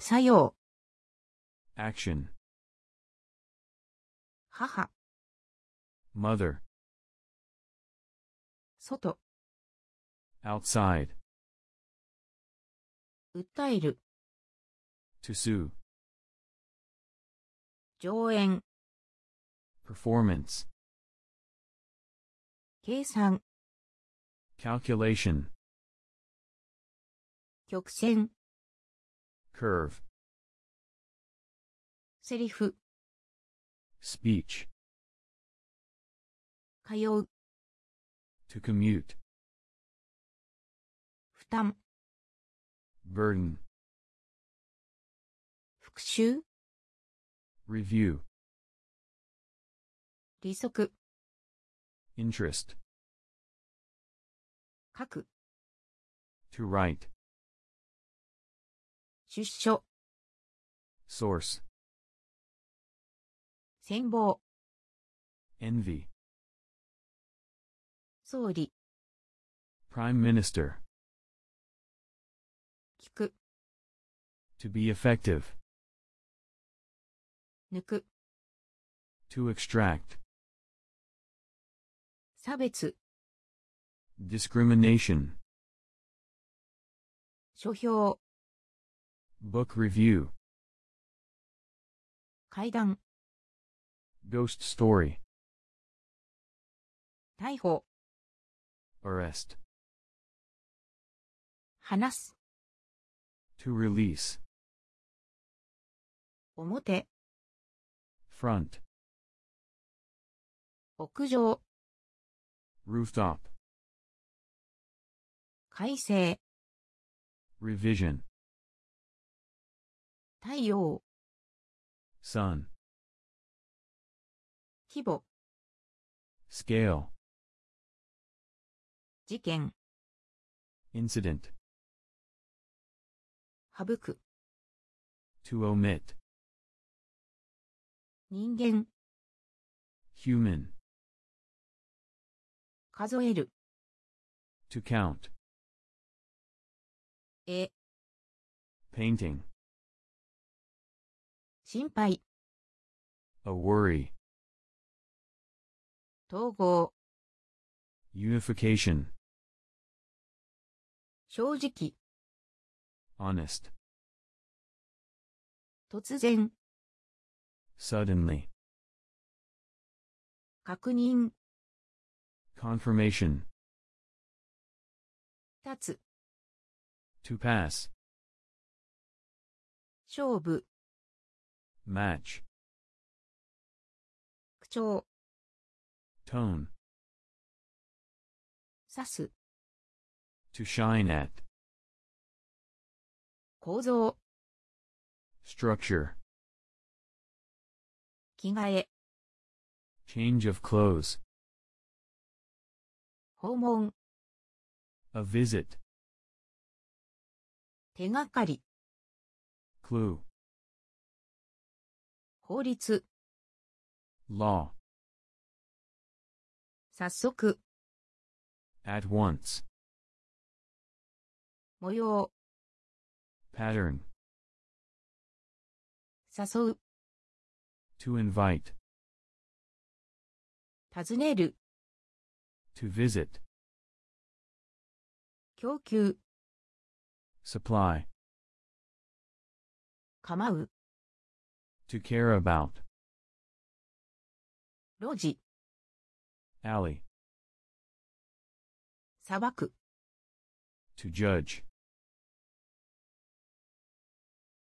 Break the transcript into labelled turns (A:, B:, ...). A: 作用、
B: action,
A: 母、
B: mother,
A: 外、
B: outside,
A: 訴える、
B: to sue,
A: 上演、
B: performance,
A: 計算、
B: calculation,
A: 曲線、
B: curve,
A: セリフ、
B: speech,
A: 通う、
B: to commute,
A: 負担、
B: burden,
A: 復習、
B: review,
A: 利息、
B: interest,
A: 書く、
B: to write,
A: 出所、
B: source,
A: 戦望、
B: envy,
A: 総理、
B: prime minister,
A: 聞く、
B: to be effective,
A: 抜く、
B: to extract,
A: 差別、
B: discrimination,
A: 書評、
B: book review,
A: 階段、
B: ghost story,
A: 逮捕、
B: arrest,
A: 話す、
B: to release,
A: 表、
B: front,
A: 屋上、
B: rooftop,
A: 改正、
B: revision,
A: 太陽、
B: sun,
A: 規模、
B: scale,
A: 事件、
B: incident,
A: 省く、
B: to omit,
A: 人間、
B: human,
A: 数える、
B: to count,
A: 絵、
B: painting,
A: 心配、
B: a worry,
A: 統合、
B: unification,
A: 正直、
B: honest,
A: 突然、
B: suddenly,
A: 確認、
B: confirmation,
A: 立つ、
B: to pass,
A: 勝負、
B: match,
A: 口調、
B: tone,
A: 指す、
B: to shine at,
A: 構造、
B: structure,
A: 着替え、
B: change of clothes,
A: 訪問、
B: a visit,
A: 手がかり、
B: clue,
A: 法律、
B: law,
A: 早速、
B: at once,
A: 模様、
B: pattern,
A: 誘う、
B: to invite,
A: 尋ねる、
B: to visit,
A: 供給、
B: supply,
A: 構う、
B: to care about,
A: 路地、
B: alley,
A: 裁く、
B: to judge,